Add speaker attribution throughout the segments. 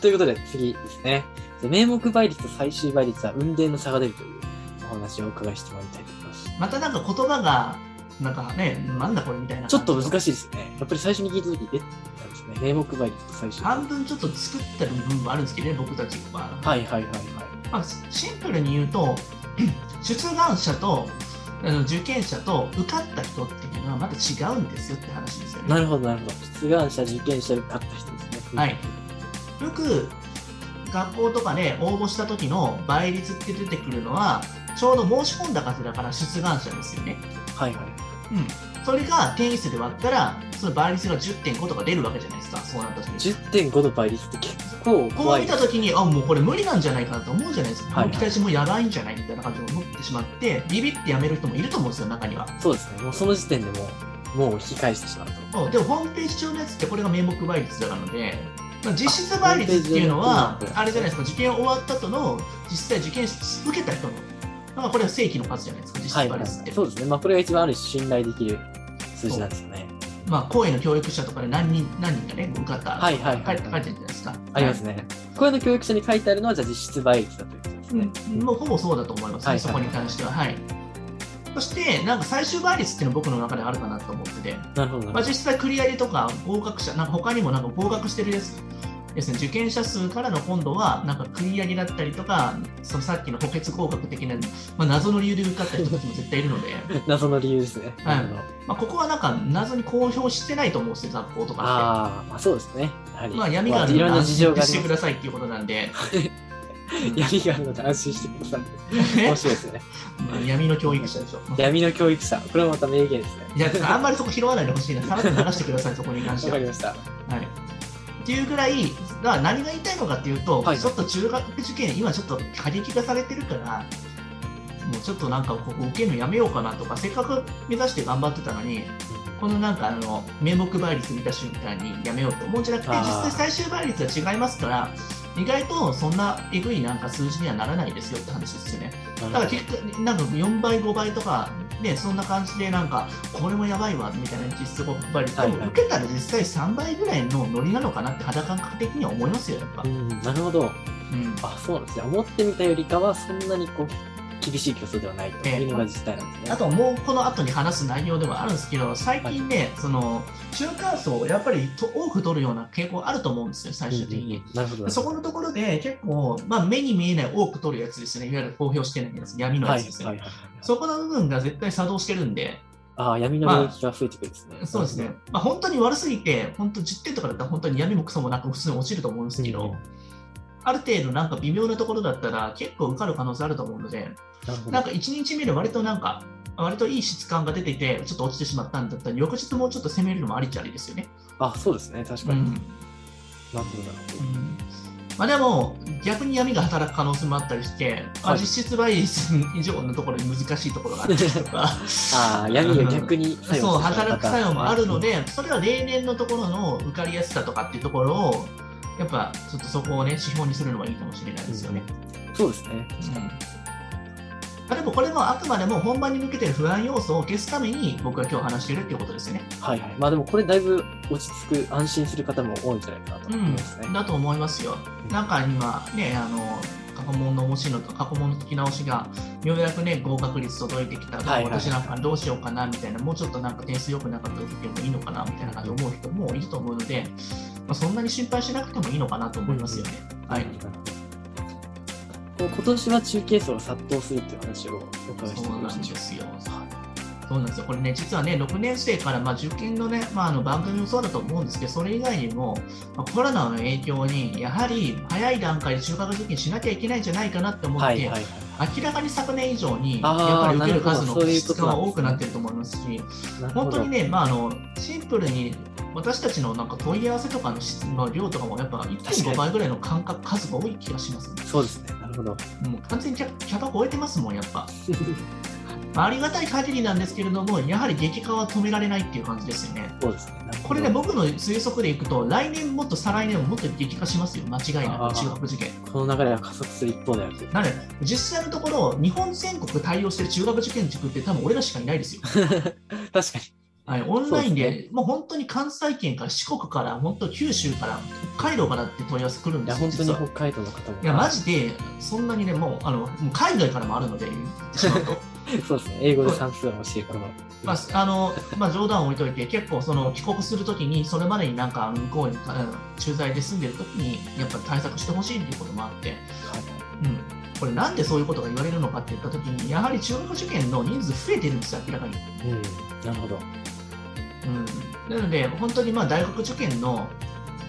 Speaker 1: ということで、次ですね。名目倍率と最終倍率は運転の差が出るというお話をお伺いしてもらいたいと思います。
Speaker 2: またなんか言葉が、なんかね、なんだこれみたいな。
Speaker 1: ちょっと難しいですね。やっぱり最初に聞いたとき、えってなんですね。名目倍率と最終倍
Speaker 2: 半
Speaker 1: 率。
Speaker 2: 分ちょっと作った部分もあるんですけどね、僕たちは。
Speaker 1: はいはいはいはい。
Speaker 2: まあ、シンプルに言うと、 出願者とあの受験者と受かった人っていうのはまた違うんですよって話ですよね。
Speaker 1: なるほどなるほど。出願者、受験者で勝った人ですね。
Speaker 2: はい。よく学校とかで応募した時の倍率って出てくるのはちょうど申し込んだ数だから出願者ですよね。
Speaker 1: はいはい。
Speaker 2: うん。それが定義数で割ったらその倍率が10.5とか出るわけじゃないですか。そうなった時に。
Speaker 1: 10.5の倍率って結構
Speaker 2: こ
Speaker 1: 怖
Speaker 2: う
Speaker 1: い
Speaker 2: 見
Speaker 1: で
Speaker 2: た
Speaker 1: す。
Speaker 2: 時にあもうこれ無理なんじゃないかなと思うじゃないですか。
Speaker 1: はいはい
Speaker 2: この期待値もやばいんじゃないみたいな感じで思ってしまってビビってやめる人もいると思うんですよ中には。
Speaker 1: そうですね。もうその時点でもう、もう引き返してしまうと。
Speaker 2: うんでもホームページ上のやつってこれが名目倍率だからので、まあ、実質倍率っていうの
Speaker 1: あホーム
Speaker 2: は
Speaker 1: ページ上のやつ
Speaker 2: あれじゃないですか受験終わった後の実際受験受けた人の、まあ、これは正規の数じゃないですか実
Speaker 1: は
Speaker 2: 質
Speaker 1: いは
Speaker 2: 倍
Speaker 1: い、
Speaker 2: 率って、
Speaker 1: そうですね。まあこれが一番ある種信頼できる数字なんですよね。
Speaker 2: まあ公営の教育者とかで何人何人かね受かった
Speaker 1: はいはいはい
Speaker 2: 書いて書いてるじゃないですか
Speaker 1: ありますね。これの教育者に書いてあるのは、じゃあ実質倍率だということです
Speaker 2: う
Speaker 1: ね
Speaker 2: ん。もうほぼそうだと思いますね、
Speaker 1: はい
Speaker 2: そこに関してははいそしてなんか最終倍率っていうのは僕の中であるかなと思ってて
Speaker 1: なるほど、
Speaker 2: ま
Speaker 1: な
Speaker 2: あ、
Speaker 1: るほ
Speaker 2: 実際繰り上げとか合格者、なんか他にもなんか合格してるやつですね、受験者数からの今度は、なんか繰り上げだったりとか、そのさっきの補欠合格的な、まあ、謎の理由で受かった人たちも絶対いるので、
Speaker 1: ど。謎の理由ですね。
Speaker 2: はい
Speaker 1: なるほど
Speaker 2: まあここはなんか謎に公表してないと思うんですよ、学校とか
Speaker 1: あー、まあ、そうですね。やは
Speaker 2: っ
Speaker 1: り。
Speaker 2: て。まあ闇がある
Speaker 1: いろん
Speaker 2: の
Speaker 1: な
Speaker 2: で
Speaker 1: 事情があり
Speaker 2: して
Speaker 1: ま
Speaker 2: くださいっていうことなん で、
Speaker 1: す。闇があるので安心してください。面白いですね。
Speaker 2: うん闇の教育者でしょ。
Speaker 1: 闇の教育者。これはまた名言ですね。
Speaker 2: いやあんまりそこ拾わないでほしいな、さらっと流してください、そこに関して
Speaker 1: わ
Speaker 2: は
Speaker 1: かり。ました。
Speaker 2: はい、っていうぐらい、だから何が言いたいのかっていうと、
Speaker 1: はい
Speaker 2: ちょっと中学受験、今ちょっと過激化されてるから、もうちょっとなんかここ受けるのやめようかなとか、せっかく目指して頑張ってたのに、このなんかあの名目倍率見た瞬間にやめようと思うんじゃなくて、
Speaker 1: あー
Speaker 2: 実際最終倍率は違いますから、意外とそんなえぐいなんか数字にはならないですよって話ですよね。だから結局、なんか4倍、5倍とか、ね、そんな感じで、なんか、これもやばいわみたいな実質5倍率、
Speaker 1: はい
Speaker 2: でも受けたら実際3倍ぐらいのノリなのかなって、肌感覚的には思いますよ、やっぱ。
Speaker 1: うん、なるほど。
Speaker 2: うん
Speaker 1: あ、そうなんですね。思ってみたよりかは、そんなにこう、厳しい競争ではないというのが実態なんですね。
Speaker 2: あともうこの後に話す内容ではあるんですけど、最近ね、その中間層をやっぱりと多く取るような傾向あると思うんですよ、最終的に。
Speaker 1: なるほど。
Speaker 2: そこのところで結構、まあ、目に見えない多く取るやつですね、いわゆる公表してないやつ、闇の
Speaker 1: は
Speaker 2: や
Speaker 1: い、
Speaker 2: つですね。
Speaker 1: はい、はい。
Speaker 2: そこの部分が絶対作動してるんで、
Speaker 1: ああ、闇の領域が増えてくるんですね。
Speaker 2: そうですね、まあ、本当に悪すぎて、本当、実点とかだったら、本当に闇もクソもなく普通に落ちると思うんですけど、
Speaker 1: うん
Speaker 2: ある程度、なんか微妙なところだったら、結構受かる可能性あると思うので、
Speaker 1: なるほ
Speaker 2: な
Speaker 1: ど
Speaker 2: ん。か1日目で割となんか、割といい質感が出ていて、ちょっと落ちてしまったんだったら、翌日もうちょっと攻めるのもありっちゃありですよね。
Speaker 1: あ、そうですね。確
Speaker 2: う
Speaker 1: か
Speaker 2: ん
Speaker 1: に。なるほど、なるほど。
Speaker 2: うんまあ、でも、逆に闇が働く可能性もあったりして、まあ、
Speaker 1: はい
Speaker 2: 実質倍率以上のところに難しいところがあったり とか。
Speaker 1: ああ、闇が逆に作用
Speaker 2: そう
Speaker 1: する
Speaker 2: 働く作用もあるの
Speaker 1: で。
Speaker 2: で、それは例年のところの受かりやすさとかっていうところを、やっぱちょっとそこをね、指標にするのはいいかもしれないですよね。
Speaker 1: そうですね。
Speaker 2: うんまあ、でもこれもあくまでも本番に向けてる不安要素を消すために僕が今日話してるっていうことですよね。
Speaker 1: はいはい。まあでもこれだいぶ落ち着く、安心する方も多いんじゃないかなと思いますね。
Speaker 2: だと思いますよ。なんか今ね、あの過去問の面白いのと過去問の解き直しがようやくね合格率届いてきた、
Speaker 1: はいはい
Speaker 2: 私なんかどうしようかなみたいなもうちょっとなんか点数良くなかった時でもいいのかなみたいな感じで思う人もいると思うので、まあ、そんなに心配しなくてもいいのかなと思いますよね。はい
Speaker 1: こう今年は中継層が殺到するっていう話をお伺いして
Speaker 2: そう
Speaker 1: みま
Speaker 2: なん
Speaker 1: し
Speaker 2: ですよ。
Speaker 1: た。はい
Speaker 2: そうなんですよ。これね、実はね、6年生から、まあ、受験のね、まあ、あの番組もそうだと思うんですけど、それ以外にも、まあコロナの影響に、やはり早い段階で中学受験しなきゃいけないんじゃないかなって思って、
Speaker 1: はいはいはい。
Speaker 2: 明らかに昨年以上に、や
Speaker 1: あ
Speaker 2: っ
Speaker 1: ー
Speaker 2: ぱり受ける数
Speaker 1: なる
Speaker 2: の
Speaker 1: ほどそういう
Speaker 2: 質
Speaker 1: こと
Speaker 2: 感
Speaker 1: なんですね
Speaker 2: は多くなってると思いますし、
Speaker 1: なるほ
Speaker 2: 本当
Speaker 1: ど
Speaker 2: に。ね、まあ、あのシンプルに私たちのなんか問い合わせとかの質の量とかも、やっぱ
Speaker 1: 確かに
Speaker 2: 1.5倍ぐらいの感覚、数が多い気がしますね。
Speaker 1: そうですね。なるほど。
Speaker 2: もう完全にキャキャパ超えてますもん、やっぱ。まあありがたい限りなんですけれども、やはり激化は止められないっていう感じですよね。
Speaker 1: そうですね。なるほど
Speaker 2: これね、僕の推測でいくと、来年もっと再来年ももっと激化しますよ、間違い
Speaker 1: あー
Speaker 2: なく、中学受験。
Speaker 1: この流れは加速する一方であるという。
Speaker 2: なので、実際のところ、日本全国対応してる中学受験塾って、多分俺らしかいないですよ。
Speaker 1: 確かに。
Speaker 2: はい、オンライン
Speaker 1: そう
Speaker 2: で、
Speaker 1: で
Speaker 2: もう本当に関西圏から四国から、本当九州から、北海道からって問い合わせ来るん
Speaker 1: い
Speaker 2: で
Speaker 1: や、
Speaker 2: すよ、
Speaker 1: 本当
Speaker 2: 実
Speaker 1: に
Speaker 2: は
Speaker 1: 北海道の方も。
Speaker 2: いや、マジで、そんなにね、もう、あの、もう海外からもあるので、ちょっ と
Speaker 1: そうですね。英語で算数を教えるこの。
Speaker 2: まあ、あの、まあ、冗談を置いといて、結構、その、帰国するときに、それまでになんか、あの向こうに、あの駐在で住んでるときに、やっぱり対策してほしいっていうこともあって、うん。これ、なんでそういうことが言われるのかって言ったときに、やはり中学受験の人数増えてるんですよ、明らかに。
Speaker 1: うん。なるほど。
Speaker 2: うん、なので、本当にまあ大学受験の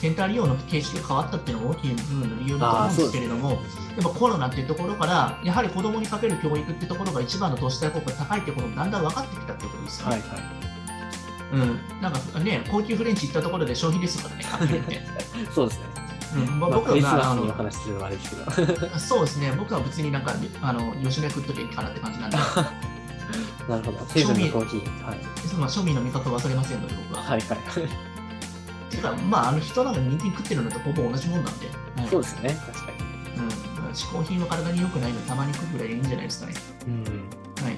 Speaker 2: センター利用の形式が変わったっていうのも大きい部分の理由だと思うんですけれども、やっぱコロナっていうところから、やはり子供にかける教育ってところが一番の都市対効果が高いってこともだんだん分かってきたってことですよね。
Speaker 1: はいは
Speaker 2: うん、なんかね、高級フレンチ行ったところで消費ですからね、かけるって。
Speaker 1: い。そうですね。
Speaker 2: うんまあ、
Speaker 1: まあ、
Speaker 2: 僕
Speaker 1: クリス
Speaker 2: は
Speaker 1: マ
Speaker 2: あ
Speaker 1: ス にお
Speaker 2: の
Speaker 1: 話しするのはあれですけど。
Speaker 2: そうですね、僕は別になんかあの吉野家食っときゃいいかなって感じなんで、
Speaker 1: なるほど。セブンのコーヒー。はい。
Speaker 2: その庶民の味覚は忘れませんので、僕は。
Speaker 1: はいはい。
Speaker 2: っていうか、まあ、あの人なんか人間食ってるのとほぼ同じもんなんで。はい
Speaker 1: そうですね。確かに。
Speaker 2: うん、嗜好品は体に良くないのでたまに食うぐらいでいいんじゃないですかね。
Speaker 1: うん。
Speaker 2: はい、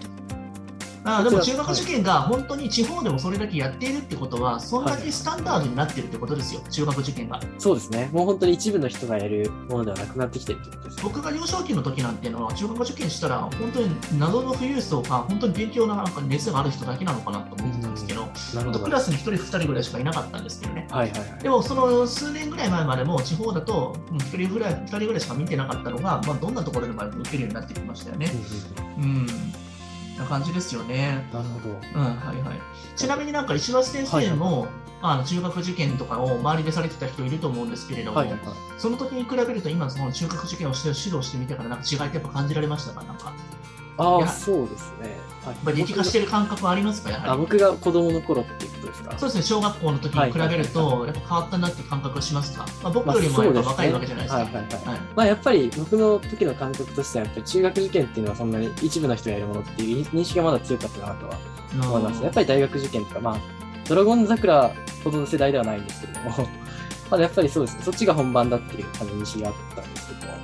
Speaker 2: あでも中学受験が本当に地方でもそれだけやっているってことは、そんだけスタンダードになってるってことですよ、中学受験が。
Speaker 1: そうですね。もう本当に一部の人がやるものではなくなってきてるってことですね。
Speaker 2: 僕が幼少期の時なんてのは、中学受験したら、本当に謎の富裕層か、本当に勉強のなんか熱がある人だけなのかなと思ってたんですけど、
Speaker 1: なる
Speaker 2: 本
Speaker 1: ほ
Speaker 2: 当
Speaker 1: ど。
Speaker 2: ク
Speaker 1: はい
Speaker 2: ラスに1人、2人ぐらいしかいなかったんですけどね。
Speaker 1: はいはい。
Speaker 2: でもその数年ぐらい前までも地方だと1人ぐらい2人ぐらいしか見てなかったのが、まあ、どんなところでも受けるようになってきましたよね。
Speaker 1: うんうん
Speaker 2: うん、な感じですよね。
Speaker 1: うんなるほど。
Speaker 2: うん、はいはい。ちなみになんか石橋先生も、あの中学受験とかを周りでされてた人いると思うんですけれども、
Speaker 1: はいはい。
Speaker 2: その時に比べると今その中学受験をして指導してみてからなんか違いってやっぱ感じられましたかなんか、や
Speaker 1: あ
Speaker 2: い
Speaker 1: あ、
Speaker 2: や
Speaker 1: そうですね。はい
Speaker 2: っぱり激化してる感覚はありますかや
Speaker 1: あ
Speaker 2: はり。
Speaker 1: 僕が子供の頃っていうことですか
Speaker 2: そうですね、小学校の時に比べると、やっぱ変わったなって感覚はしますか、まあ、僕よりもやっぱ若いわけじゃないですか。
Speaker 1: まあそうですねはいはい
Speaker 2: はい
Speaker 1: まあやっぱり僕の時の感覚としてはやっぱり中学受験っていうのはそんなに一部の人がやるものっていう認識がまだ強かったなとは
Speaker 2: うん
Speaker 1: 思います、やっぱり大学受験とかまあドラゴン桜ほどの世代ではないんですけれども まだやっぱりそうですねそっちが本番だっていう多分認識があったんですけど、ま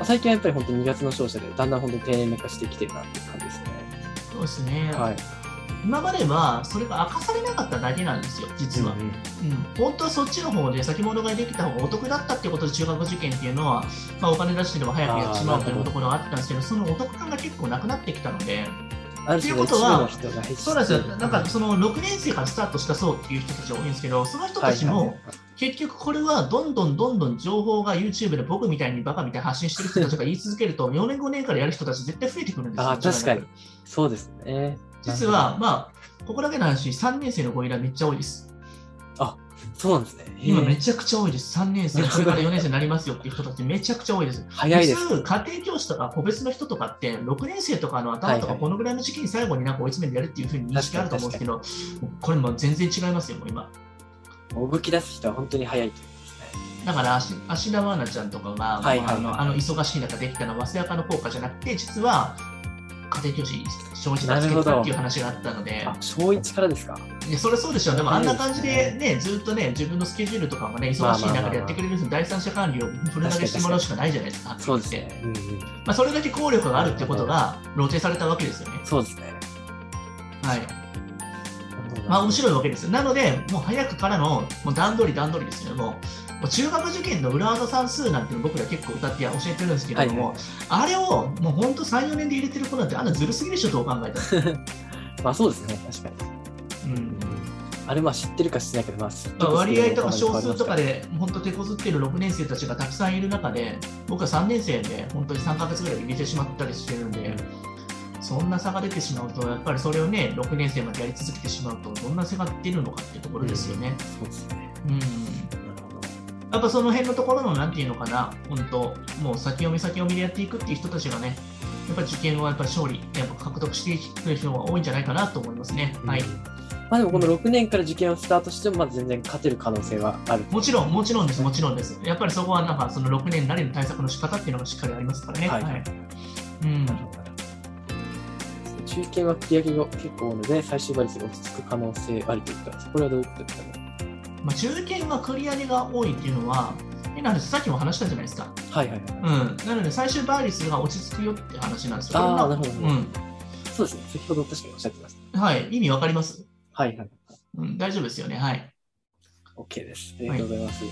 Speaker 1: あ、最近はやっぱり本当に2月の勝者でだんだん本当に定年化してきてるなっていう感じですね
Speaker 2: そうですね、
Speaker 1: はい
Speaker 2: 今まではそれが明かされなかっただけなんですよ、実は。うん、本当はそっちの方で先物買いできた方がお得だったってことで中学受験っていうのは、まあ、お金出してでも早くやってしまうというところがあったんですけどそのお得感が結構なくなってきたので
Speaker 1: ある種の一部の人が
Speaker 2: そうなんですよなんかその6年生からスタートした層っていう人たちが多いんですけどその人たち
Speaker 1: はいはい
Speaker 2: も
Speaker 1: はい
Speaker 2: 結局これはどんどんどんどん情報が YouTube で僕みたいにバカみたいに発信してる人たちが言い続けると4年5年からやる人たち絶対増えてくるんですよ。
Speaker 1: あー確かにそうですね
Speaker 2: 実はまあここだけの話3年生のご依頼めっちゃ多いです。
Speaker 1: そうなんですねへー
Speaker 2: 今めちゃくちゃ多いです。3年生、これから4年生になりますよっていう人たちめちゃくちゃ多いです。
Speaker 1: 早いです
Speaker 2: 普通、家庭教師とか個別の人とかって、6年生とかの頭と
Speaker 1: はい
Speaker 2: か
Speaker 1: はい
Speaker 2: このぐらいの時期に最後になんか追い詰めてやるっていうふうに認識あると思うんですけど、これもう全然違いますよ、もう今。
Speaker 1: もう動き出す人は本当に早いという
Speaker 2: だから、足芦田愛菜ちゃんとかが、
Speaker 1: はいはいはい
Speaker 2: あのあの忙しい中できたのは、早やかの効果じゃなくて、実は、家庭教師、生じたつけてたっていう話があったので、
Speaker 1: あ小一からですか
Speaker 2: いやそれそうでしょ、でもあんな感じ
Speaker 1: 早い
Speaker 2: でね、ずっとね、自分のスケジュールとかもね、忙しい中でやってくれる人、第三者管理をフル投げしてもらうしかないじゃないですか、
Speaker 1: そうですね、うんうん、
Speaker 2: まあ、それだけ効力があるってことが露呈されたわけですよね。
Speaker 1: そうですね
Speaker 2: はい。まあ、面白いわけですよ。なので、もう早くからの、もう段取り段取りですよ。もう、もう中学受験の裏技算数なんての僕ら結構歌って教えてるんですけれども、
Speaker 1: はい
Speaker 2: あれをもう本当3、4年で入れてる子なんて、あんなずるすぎでしょ、どう考えた ら。
Speaker 1: まあそうですね確かに、
Speaker 2: うん
Speaker 1: あれまあ知ってるか知ってないかでまあ知って
Speaker 2: まあ、割合とか少数とか
Speaker 1: で
Speaker 2: で本当手こずってる6年生たちがたくさんいる中で僕は3年生で本当に3ヶ月ぐらいで入れてしまったりしてるんでそんな差が出てしまうとやっぱりそれをね6年生までやり続けてしまうとどんな差が出るのかっていうところですよね。
Speaker 1: そうですね
Speaker 2: うん
Speaker 1: なるほど
Speaker 2: やっぱその辺のところのなんていうのかな本当もう先読み先読みでやっていくっていう人たちがねやっぱり受験はやっぱり勝利やっぱ獲得していく人が多いんじゃないかなと思いますね。はい
Speaker 1: うんまあでもこの6年から受験をスタートしてもまだ全然勝てる可能性はある
Speaker 2: もちろん、もちろんです、もちろんです。やっぱりそこはなんかその6年なりの対策の仕方っていうのがしっかりありますからね。
Speaker 1: はい
Speaker 2: うん、
Speaker 1: 中堅は繰り上げが結構多いので最終倍率が落ち着く可能性ありということですこれはどういうことですかね
Speaker 2: まあ、中堅は繰り上げが多いっていうのは、えなのでさっきも話したじゃないですか。
Speaker 1: はいはいはい
Speaker 2: うん、なので最終倍率が落ち着くよって話なんですよ。
Speaker 1: あー
Speaker 2: こ
Speaker 1: な
Speaker 2: れ
Speaker 1: るほど
Speaker 2: うん
Speaker 1: そうですね先ほど確かにおっしゃってました
Speaker 2: はい、意味わかります
Speaker 1: はいはい。
Speaker 2: うん、大丈夫ですよね。はい。
Speaker 1: OK です。ありがとうございます。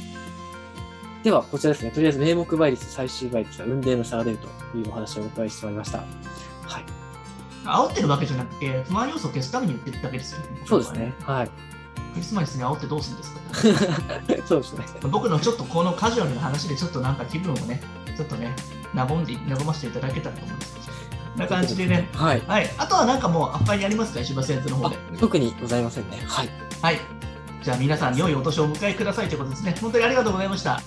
Speaker 1: では、こちらですね。とりあえず、名目倍率、最終倍率は運命の差が出るというお話をお伺いしてまいりました。はい。
Speaker 2: 煽ってるわけじゃなくて、不安要素を消すために言ってるだけですよ、ね。
Speaker 1: そうですね。はい。
Speaker 2: クリスマスに煽って どうするんですか
Speaker 1: そうですね。
Speaker 2: 僕のちょっとこのカジュアルな話でちょっとなんか気分をね、ちょっとね、和んで、和ませていただけたらと思います。こんな感じでね。
Speaker 1: はい。
Speaker 2: はい。あとはなんかもう、あっぱいにありますか石橋先生の方
Speaker 1: あ
Speaker 2: で。、
Speaker 1: 特にございませんね。はい。
Speaker 2: はい。じゃあ皆さん、良いお年をお迎えくださいということですね。本当にありがとうございました。